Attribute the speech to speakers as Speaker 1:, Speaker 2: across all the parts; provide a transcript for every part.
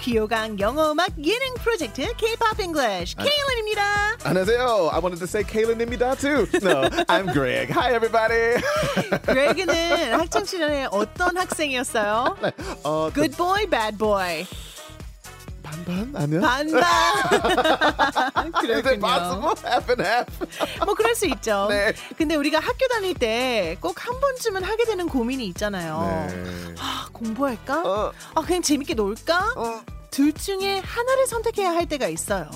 Speaker 1: 기호강 영어음악 예능 프로젝트 K-pop English 케일런입니다.
Speaker 2: 안녕하세요. I wanted to say Kaylin입니다 too. No, I'm Greg. Hi everybody.
Speaker 1: 그레그는 학창 시절에 어떤 학생이었어요?
Speaker 2: 어,
Speaker 1: Good boy, bad boy,
Speaker 2: 반반 아니야?
Speaker 1: 반반.
Speaker 2: Is it possible?
Speaker 1: 그렇군요.
Speaker 2: Half and half.
Speaker 1: 뭐 그럴 수 있죠.
Speaker 2: 네.
Speaker 1: 근데 우리가 학교 다닐 때 꼭 한 번쯤은 하게 되는 고민이 있잖아요. 아, 공부할까?
Speaker 2: 네. 어.
Speaker 1: 아, 그냥 재밌게 놀까?
Speaker 2: 어.
Speaker 1: 둘 중에 하나를 선택해야 할 때가 있어요.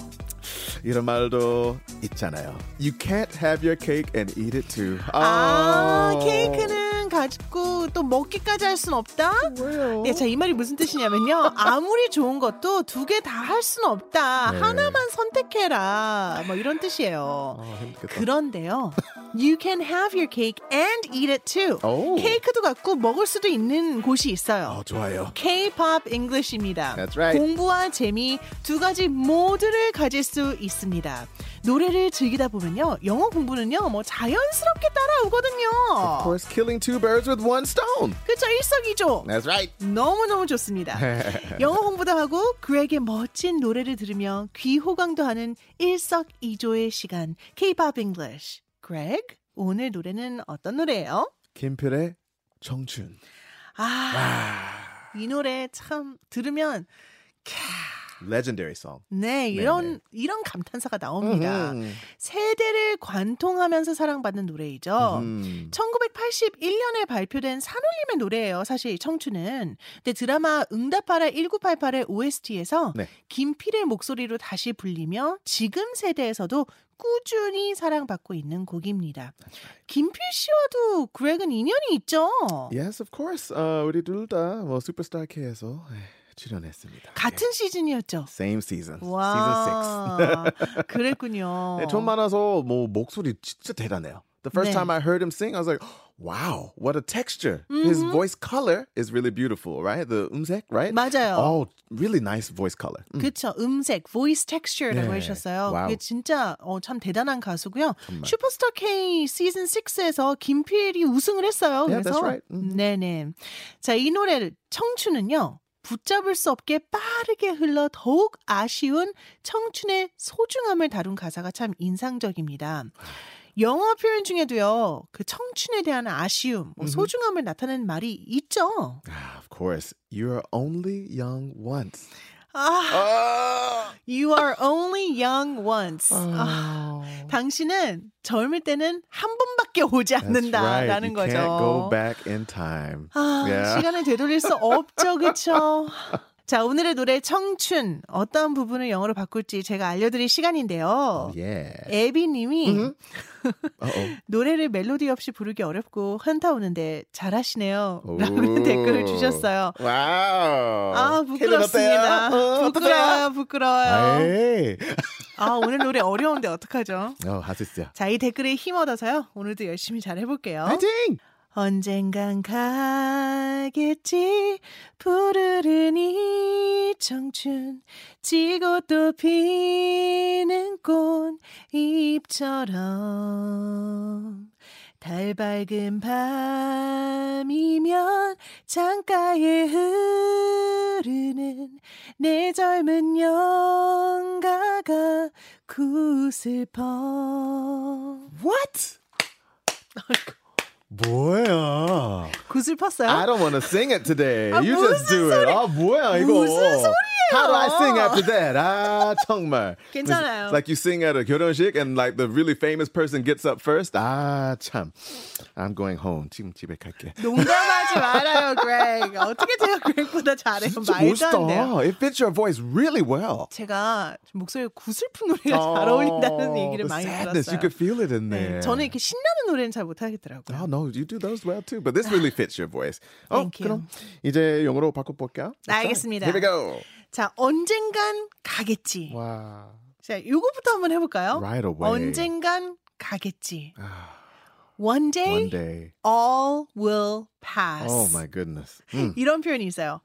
Speaker 2: 이런 말도 있잖아요. You can't have your cake and eat it too.
Speaker 1: 아,
Speaker 2: 어.
Speaker 1: 케이크는 가지고 또 먹기까지 할 순 없다?
Speaker 2: 왜요?
Speaker 1: 예, 자, 이 말이 무슨 뜻이냐면요. 아무리 좋은 것도 두 개 다 할 순 없다.
Speaker 2: 네.
Speaker 1: 하나만 선택해라. 뭐 이런 뜻이에요.
Speaker 2: 아, 힘들겠다.
Speaker 1: 그런데요. You can have your cake and eat it too.
Speaker 2: 오.
Speaker 1: 케이크도 갖고 먹을 수도 있는 곳이 있어요.
Speaker 2: 어, 좋아요.
Speaker 1: K-pop English입니다.
Speaker 2: That's right.
Speaker 1: 공부와 재미 두 가지 모두를 가질 수 있습니다. 노래를 즐기다 보면요, 영어 공부는요, 뭐 자연스럽게
Speaker 2: Of
Speaker 1: 따라오거든요.
Speaker 2: course, killing two birds with one stone.
Speaker 1: 그쵸 일석이조.
Speaker 2: That's right.
Speaker 1: 너무 너무 좋습니다. 영어 공부도 하고 그에게 멋진 노래를 들으며 귀 호강도 하는 일석이조의 시간 K-pop English. 그렉 오늘 노래는 어떤 노래예요?
Speaker 2: 김필의 청춘.
Speaker 1: 아, 이 노래 참 들으면
Speaker 2: Legendary song.
Speaker 1: 네, 이런 이런 감탄사가 나옵니다.
Speaker 2: 음.
Speaker 1: 세대를 관통하면서 사랑받는 노래이죠.
Speaker 2: 음.
Speaker 1: 1981년에 발표된 산울림의 노래예요. 사실 청춘은. 근데 드라마 응답하라 1988의 OST에서
Speaker 2: 네.
Speaker 1: 김필의 목소리로 다시 불리며 지금 세대에서도 꾸준히 사랑받고 있는 곡입니다. 김필 씨와도 그렉은 인연이 있죠.
Speaker 2: Yes, of course. 어, 우리 둘다뭐 Superstar K에서 에, 출연했습니다.
Speaker 1: 같은 시즌이었죠.
Speaker 2: Same season. Season 6.
Speaker 1: 와, 그랬군요.
Speaker 2: 네, 전 많아서 뭐 목소리 진짜 대단해요. The
Speaker 1: 네.
Speaker 2: first time I heard him sing, I was like, wow, what a texture. His voice color is really beautiful, right? The 음색, right?
Speaker 1: 맞아요.
Speaker 2: Oh, really nice voice color. 음.
Speaker 1: 그쵸 음색 voice texture라고
Speaker 2: 네.
Speaker 1: 하셨어요.
Speaker 2: 와우.
Speaker 1: 그게 진짜 어, 참 대단한 가수고요.
Speaker 2: 정말.
Speaker 1: 슈퍼스타 K 시즌 6에서 김필이 우승을 했어요.
Speaker 2: Yeah,
Speaker 1: 그래서
Speaker 2: that's right. 음.
Speaker 1: 네네. 자 이 노래 청춘은요. 붙잡을 수 없게 빠르게 흘러 더욱 아쉬운 청춘의 소중함을 다룬 가사가 참 인상적입니다. 영어 표현 중에도요, 그 청춘에 대한 아쉬움, 뭐 소중함을 나타내는 말이 있죠.
Speaker 2: Ah, of course, you're only young once. Ah!
Speaker 1: 아,
Speaker 2: 아!
Speaker 1: you are only young once. 아.
Speaker 2: Ah.
Speaker 1: 당신은 젊을 때는 한 번밖에 오지
Speaker 2: That's right.
Speaker 1: 않는다라는
Speaker 2: You can't go
Speaker 1: 거죠.
Speaker 2: back in time.
Speaker 1: 아,
Speaker 2: Yeah.
Speaker 1: 시간을 되돌릴 수 없죠, 그쵸? 자, 오늘의 노래 청춘 어떠한 부분을 영어로 바꿀지 제가 알려드릴 시간인데요.
Speaker 2: Oh, Yeah. Mm-hmm.
Speaker 1: 에비님이
Speaker 2: Uh-oh.
Speaker 1: 노래를 멜로디 없이 부르기 어렵고 현타 오는데 잘하시네요.
Speaker 2: 오.
Speaker 1: 라는 댓글을 주셨어요.
Speaker 2: 와우.
Speaker 1: 아, 부끄럽습니다. 부끄러워요, 부끄러워요.
Speaker 2: 에이.
Speaker 1: 아, 오늘 노래 어려운데 어떡하죠?
Speaker 2: 어, 하셨어요.
Speaker 1: 자, 이 댓글에 힘 얻어서요. 오늘도 열심히 잘 해볼게요.
Speaker 2: 파이팅!
Speaker 1: 언젠간 가겠지 푸르른 이 청춘 지고 또 피는 꽃잎처럼 달 밝은 밤이면 창가에 흐르는 내 젊은 영가가 구슬퍼
Speaker 2: What? 뭐야?
Speaker 1: 구슬펐어요?
Speaker 2: I don't want to sing it today.
Speaker 1: 아,
Speaker 2: you just
Speaker 1: 무슨
Speaker 2: do it. 아, 뭐야 이거?
Speaker 1: 무슨 소리예요?
Speaker 2: How do I sing after that? 아, 정말.
Speaker 1: 괜찮아요.
Speaker 2: It's like you sing at a 결혼식 and like the really famous person gets up first. 아, 참. I'm going home. 지금 집에 갈게.
Speaker 1: 농담하지 말아요, 그렉. 어떻게 제가 그렉보다 잘해요? 말도 안 돼요.
Speaker 2: It fits your voice really well.
Speaker 1: 제가 지금 목소리가 구슬픈 노래가 잘 어울린다는 얘기를
Speaker 2: Oh, the
Speaker 1: 많이
Speaker 2: 그 sadness,
Speaker 1: 들었어요.
Speaker 2: You could feel it in there.
Speaker 1: 네, 저는 이렇게 신나는 노래는 잘 못하겠더라고요.
Speaker 2: Oh no, you do those well too, but this really fits your voice. 어,
Speaker 1: Thank you.
Speaker 2: 그럼 이제 영어로 바꿔볼까?
Speaker 1: 알겠습니다.
Speaker 2: Here we go.
Speaker 1: 자, 언젠간 가겠지.
Speaker 2: 와.
Speaker 1: 자, 요거부터 한번 해볼까요?
Speaker 2: Right away. 아.
Speaker 1: 언젠간 가겠지. One day,
Speaker 2: One day.
Speaker 1: all will pass.
Speaker 2: Oh my goodness. 음.
Speaker 1: 이런 표현이 있어요.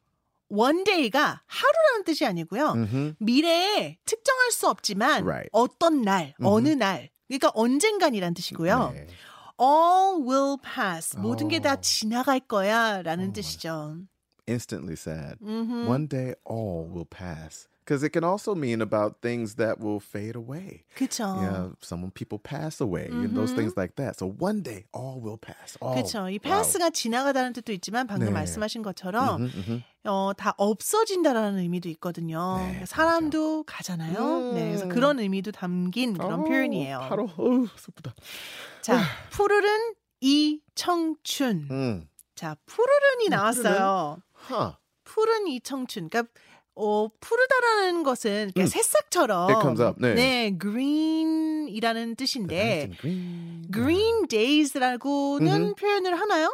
Speaker 1: One day가 하루라는 뜻이 아니고요.
Speaker 2: 음흠.
Speaker 1: 미래에 특정할 수 없지만
Speaker 2: Right.
Speaker 1: 어떤 날, 어느 날. 그러니까 언젠간이란 뜻이고요.
Speaker 2: 네.
Speaker 1: All will pass. 모든 게 다
Speaker 2: 어. 뭐?
Speaker 1: 지나갈 거야라는 뜻이죠.
Speaker 2: instantly sad. One day all will pass. Because it can also mean about things that will fade away.
Speaker 1: 그쵸.
Speaker 2: Yeah, someone people pass away and those things like that. So one day all will pass. Oh. All.
Speaker 1: Mm-hmm. 그렇죠. 이
Speaker 2: Wow.
Speaker 1: 패스가 지나가다는 뜻도 있지만 방금
Speaker 2: 네.
Speaker 1: 말씀하신 것처럼
Speaker 2: Mm-hmm,
Speaker 1: 어, 다 없어진다라는 의미도 있거든요. 그러니까
Speaker 2: 네,
Speaker 1: 사람도 가잖아요. 네, 그래서
Speaker 2: 음.
Speaker 1: 그런 의미도 담긴 그런
Speaker 2: 어,
Speaker 1: 표현이에요.
Speaker 2: 바로 어우, 슬프다.
Speaker 1: 자, 푸르른 이 청춘.
Speaker 2: 음.
Speaker 1: 자, 푸르른이
Speaker 2: 네,
Speaker 1: 나왔어요.
Speaker 2: Huh.
Speaker 1: 푸른 이 청춘. 그러니까 어, 푸르다라는 것은 그냥
Speaker 2: 음.
Speaker 1: 새싹처럼
Speaker 2: It comes up. 네.
Speaker 1: green이라는 뜻인데
Speaker 2: Nice and 네, green.
Speaker 1: 네. green days라고는 표현을 하나요?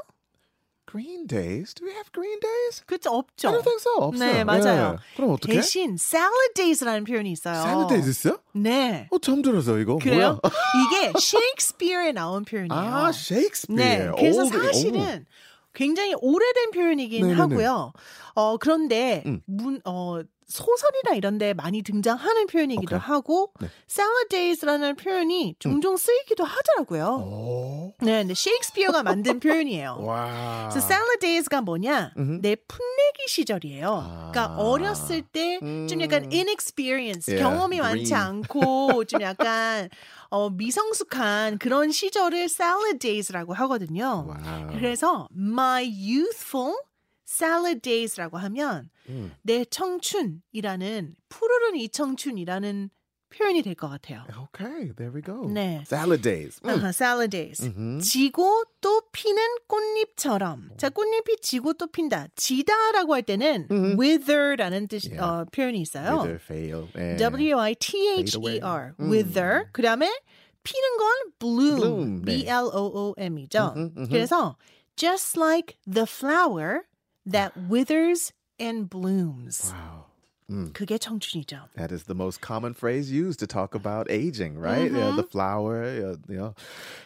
Speaker 2: Green days? Do we have green days?
Speaker 1: 그렇죠.
Speaker 2: I
Speaker 1: 없죠.
Speaker 2: don't think so. 없어요.
Speaker 1: 네, 맞아요.
Speaker 2: 예. 그럼 어떻게?
Speaker 1: 대신 salad days라는 표현이 있어요.
Speaker 2: Salad days 있어요?
Speaker 1: 네.
Speaker 2: 어, 처음 들어서 이거.
Speaker 1: 그래요?
Speaker 2: 뭐야?
Speaker 1: 이게 셰익스피어에 나온 표현이에요.
Speaker 2: 아, Shakespeare.
Speaker 1: 네. 그래서
Speaker 2: Old-
Speaker 1: 사실은 굉장히 오래된 표현이긴
Speaker 2: 네네네.
Speaker 1: 하고요. 어, 그런데
Speaker 2: 음.
Speaker 1: 문, 어, 소설이나 이런 데 많이 등장하는 표현이기도
Speaker 2: 오케이.
Speaker 1: 하고
Speaker 2: 네. 음.
Speaker 1: salad days라는 표현이 종종 쓰이기도
Speaker 2: 어,
Speaker 1: 하더라고요.
Speaker 2: 오.
Speaker 1: 네, 근데 셰익스피어가 만든 표현이에요.
Speaker 2: 오. 와.
Speaker 1: 그래서 salad days가 뭐냐?
Speaker 2: 음흠.
Speaker 1: 내 풋내기 시절이에요.
Speaker 2: 아.
Speaker 1: 그러니까 어렸을 때 좀 약간
Speaker 2: 음.
Speaker 1: inexperience,
Speaker 2: Yeah,
Speaker 1: 경험이 많지
Speaker 2: green.
Speaker 1: 않고 좀 약간 어, 미성숙한 그런 시절을 salad days라고 하거든요.
Speaker 2: 와우.
Speaker 1: 그래서 my youthful salad days라고 하면
Speaker 2: 음.
Speaker 1: 내 청춘이라는 푸르른 이 청춘이라는 표현이 될 것 같아요.
Speaker 2: Okay, there we go.
Speaker 1: 네.
Speaker 2: Salad days. 음.
Speaker 1: 아하, salad days.
Speaker 2: 음흠.
Speaker 1: 지고 또 피는 꽃잎처럼. 자, 꽃잎이 지고 또 핀다. 지다라고 할 때는
Speaker 2: 음.
Speaker 1: wither라는 뜻
Speaker 2: 예.
Speaker 1: 어, 표현이 있어요.
Speaker 2: Wither, fail. 예.
Speaker 1: W I T H E
Speaker 2: Fade away.
Speaker 1: R.
Speaker 2: 음.
Speaker 1: wither. 그다음에 피는 건 bloom.
Speaker 2: Bloom, 네.
Speaker 1: B L O O M이죠.
Speaker 2: 음흠, 음흠.
Speaker 1: 그래서 just like the flower that withers and blooms.
Speaker 2: Wow. 음.
Speaker 1: 그게 청춘이죠.
Speaker 2: That is the most common phrase used to talk about aging, right?
Speaker 1: Mm-hmm.
Speaker 2: Yeah, the flower, yeah, you know.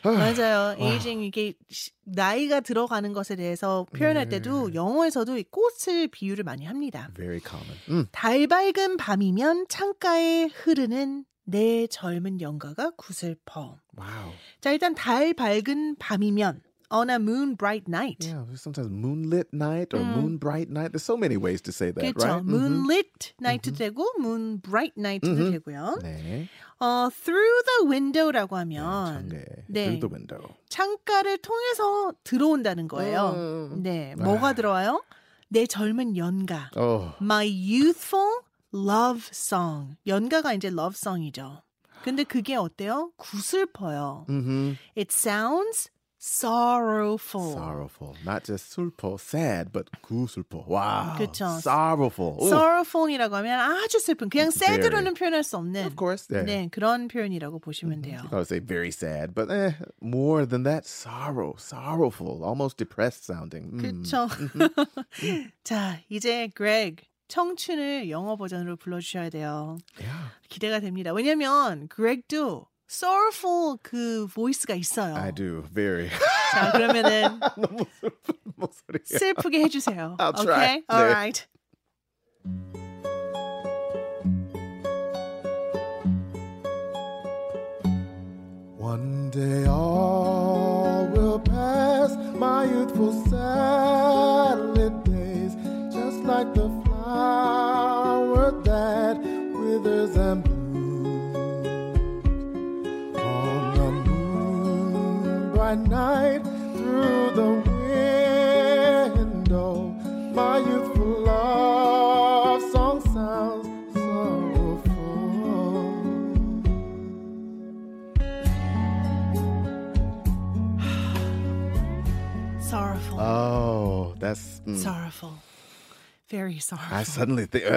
Speaker 2: 음.
Speaker 1: 맞아요. 에이징 이게 시- 나이가 들어가는 것에 대해서 표현할 때도
Speaker 2: 네.
Speaker 1: 영어에서도 이 꽃을 비유를 많이 합니다.
Speaker 2: Very common. Mm. 음.
Speaker 1: 달 밝은 밤이면 창가에 흐르는 내 젊은 연가가 구슬퍼.
Speaker 2: Wow.
Speaker 1: 자 일단 달 밝은 밤이면 on a moon bright night.
Speaker 2: Yeah, sometimes moonlit night or
Speaker 1: Mm.
Speaker 2: moon bright night. There's so many ways to say that,
Speaker 1: 그렇죠.
Speaker 2: right? Mm-hmm.
Speaker 1: Moonlit night도 되고 moon bright night도 되고요.
Speaker 2: 네.
Speaker 1: 어, through the window라고 하면
Speaker 2: 전개.
Speaker 1: 네.
Speaker 2: Through the window.
Speaker 1: 창가를 통해서 들어온다는 거예요.
Speaker 2: 음.
Speaker 1: 네, 뭐가 들어와요? 내 젊은 연가.
Speaker 2: Oh.
Speaker 1: My youthful love song. 연가가 이제 love song이죠. 근데 그게 어때요? 구슬퍼요.
Speaker 2: Mm-hmm.
Speaker 1: It sounds sorrowful.
Speaker 2: Sorrowful. Not just sulpo, sad, but 구슬po. Wow.
Speaker 1: 그쵸.
Speaker 2: Sorrowful. Ooh.
Speaker 1: sorrowful이라고 하면 아주 슬픈 그냥
Speaker 2: Very.
Speaker 1: sad로는 표현할 수 없는
Speaker 2: Of course. Yeah.
Speaker 1: 네, 그런 표현이라고 보시면 돼요.
Speaker 2: I would say very sad, but eh, more than that, sorrow, sorrowful, almost depressed sounding. Mm.
Speaker 1: 그쵸.
Speaker 2: 음.
Speaker 1: 자, 이제 Greg 청춘을 영어 버전으로 불러주셔야 돼요.
Speaker 2: Yeah.
Speaker 1: 기대가 됩니다. 왜냐면 Greg도 sorrowful 그 보이스가 있어요.
Speaker 2: I do. Very.
Speaker 1: 자, 그러면은
Speaker 2: 너무 슬픈 목소리야.
Speaker 1: 슬프게 해주세요.
Speaker 2: I'll try.
Speaker 1: Okay?
Speaker 2: 네.
Speaker 1: Alright.
Speaker 2: One day all will pass, my youthful salad days, just like the flower that withers and blooms. On a moon bright night, through the window, my youthful love song sounds sorrowful.
Speaker 1: Sorrowful.
Speaker 2: Oh, that's. mm.
Speaker 1: sorrowful. Very sorrowful.
Speaker 2: I suddenly think, ugh,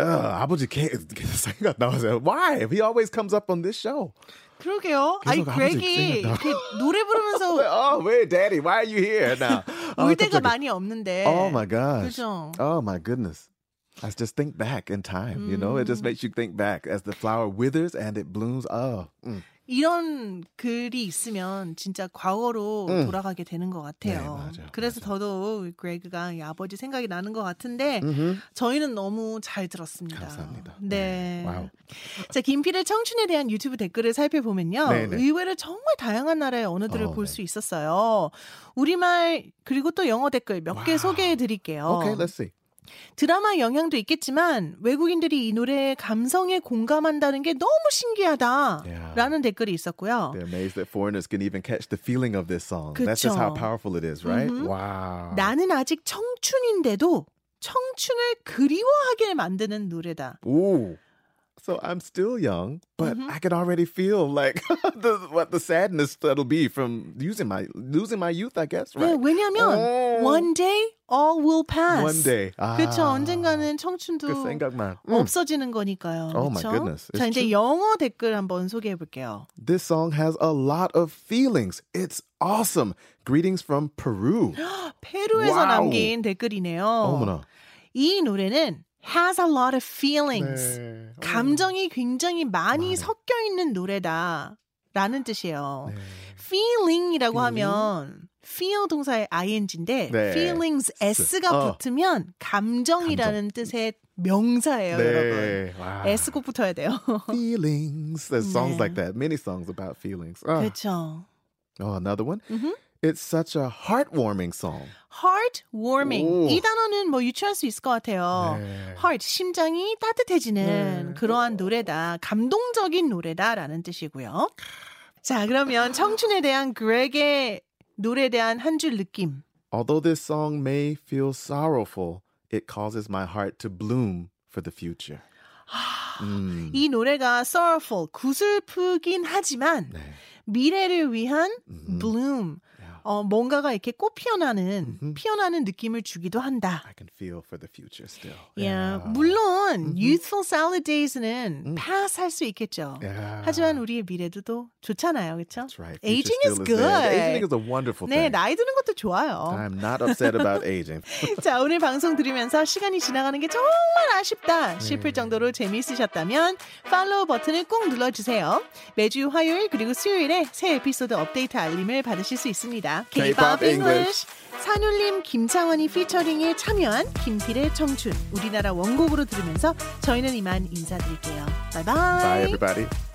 Speaker 2: 아버지 개, 개 생각 나와서 why? He always comes up on this show.
Speaker 1: 그러게요. 아니
Speaker 2: 계속 아버지
Speaker 1: Greg이
Speaker 2: 생각나.
Speaker 1: 이렇게 노래 부르면서
Speaker 2: Oh, wait, daddy, why are you here Oh, now?
Speaker 1: 울 때가 많이 없는데.
Speaker 2: 아, Oh my gosh.
Speaker 1: 그죠?
Speaker 2: Oh my goodness. I just think back in time, you know? It just makes you think back as the flower withers and it blooms. Oh, mm.
Speaker 1: 이런 글이 있으면 진짜 과거로 돌아가게 되는 것 같아요.
Speaker 2: 네, 맞아요.
Speaker 1: 그래서 더더욱 그레그가 이 아버지 생각이 나는 것 같은데 저희는 너무 잘 들었습니다.
Speaker 2: 감사합니다.
Speaker 1: 네.
Speaker 2: 와우.
Speaker 1: 자 김필의 청춘에 대한 유튜브 댓글을 살펴보면요,
Speaker 2: 네, 네.
Speaker 1: 의외로 정말 다양한 나라의 언어들을
Speaker 2: 어,
Speaker 1: 볼
Speaker 2: 네.
Speaker 1: 수 있었어요. 우리말 그리고 또 영어 댓글 몇 개
Speaker 2: 와우.
Speaker 1: 소개해 드릴게요. Oh.
Speaker 2: Okay, let's see.
Speaker 1: 드라마 영향도 있겠지만 외국인들이 이 노래의 감성에 공감한다는 게 너무
Speaker 2: Yeah.
Speaker 1: 신기하다라는 댓글이 있었고요.
Speaker 2: They're amazed that foreigners can even catch the feeling of this song. That's just how
Speaker 1: 그쵸.
Speaker 2: powerful it is, right?
Speaker 1: Mhm.
Speaker 2: Wow.
Speaker 1: 나는 아직 청춘인데도 청춘을 그리워하게 만드는 노래다.
Speaker 2: Ooh. So I'm still young, but I can already feel like the, what the sadness that'll be from losing my losing my youth, I guess,
Speaker 1: 네,
Speaker 2: right?
Speaker 1: 왜냐하면
Speaker 2: Oh.
Speaker 1: one day all will pass.
Speaker 2: One day.
Speaker 1: 그렇죠.
Speaker 2: Ah.
Speaker 1: 언젠가는 청춘도
Speaker 2: 그 생각만. 음.
Speaker 1: 없어지는 거니까요.
Speaker 2: Oh my
Speaker 1: 그쵸?
Speaker 2: goodness. It's
Speaker 1: 자 이제
Speaker 2: true.
Speaker 1: 영어 댓글 한번 소개해 볼게요.
Speaker 2: This song has a lot of feelings. It's awesome. Greetings from Peru.
Speaker 1: 페루에서
Speaker 2: 와우.
Speaker 1: 남긴 댓글이네요.
Speaker 2: 어머나.
Speaker 1: 이 노래는 has a lot of
Speaker 2: 네.
Speaker 1: feelings. 감정이 굉장히 많이
Speaker 2: 많이.
Speaker 1: 섞여 있는 노래다. 라는 뜻이에요.
Speaker 2: 네.
Speaker 1: feeling이라고
Speaker 2: Feeling?
Speaker 1: 하면 feel 동사의 ing인데
Speaker 2: 네.
Speaker 1: feelings s가
Speaker 2: 어.
Speaker 1: 붙으면 감정이라는 뜻의 명사예요, 여러분.
Speaker 2: 네. 와.
Speaker 1: s 꼭 붙어야 돼요.
Speaker 2: feelings. There's songs
Speaker 1: 네.
Speaker 2: like that. Many songs about feelings. Ah.
Speaker 1: 그렇죠.
Speaker 2: Oh, another one.
Speaker 1: Mhm.
Speaker 2: It's such a heartwarming song.
Speaker 1: heartwarming.
Speaker 2: 오.
Speaker 1: 이 단어는 뭐 유추할 수 있을 것 같아요.
Speaker 2: 네.
Speaker 1: Oh, heart 심장이 따뜻해지는
Speaker 2: 네.
Speaker 1: 그러한 노래다. 감동적인 노래다라는 뜻이고요. 자, 그러면 청춘에 대한 그렉의 노래에 대한 한 줄 느낌.
Speaker 2: Although this song may feel sorrowful, it causes my heart to bloom for the future. Mm. 음.
Speaker 1: 이 노래가 sorrowful, 구슬프긴 하지만
Speaker 2: 네.
Speaker 1: 미래를 위한
Speaker 2: 음.
Speaker 1: bloom,
Speaker 2: Mm-hmm. Yeah.
Speaker 1: 어, 뭔가가 이렇게 꽃 피어나는
Speaker 2: 음흠.
Speaker 1: 피어나는 느낌을 주기도 한다.
Speaker 2: I can feel for the future still.
Speaker 1: 야, 물론
Speaker 2: 음흠.
Speaker 1: youthful salad days는
Speaker 2: 음.
Speaker 1: pass 할 수 있겠죠.
Speaker 2: Yeah.
Speaker 1: 하지만 우리의 미래도 또 좋잖아요, 그렇죠?
Speaker 2: That's right.
Speaker 1: Aging is
Speaker 2: Future still there.
Speaker 1: good.
Speaker 2: Aging is a wonderful
Speaker 1: 네,
Speaker 2: thing.
Speaker 1: 나이 드는 것도 좋아요.
Speaker 2: I'm not upset about aging.
Speaker 1: 자, 오늘 방송 들으면서 시간이 지나가는 게 정말 아쉽다 싶을 정도로 재미있으셨다면 팔로우 버튼을 꼭 눌러주세요. 매주 화요일 그리고 수요일에 새 에피소드 업데이트 알림을 받으실 수 있습니다.
Speaker 2: K-pop
Speaker 1: K-pop English 산울림 김창원이 피처링에 참여한 김필의 청춘 우리나라 원곡으로 들으면서 저희는 이만 인사드릴게요. 바이바이.
Speaker 2: Bye, everybody.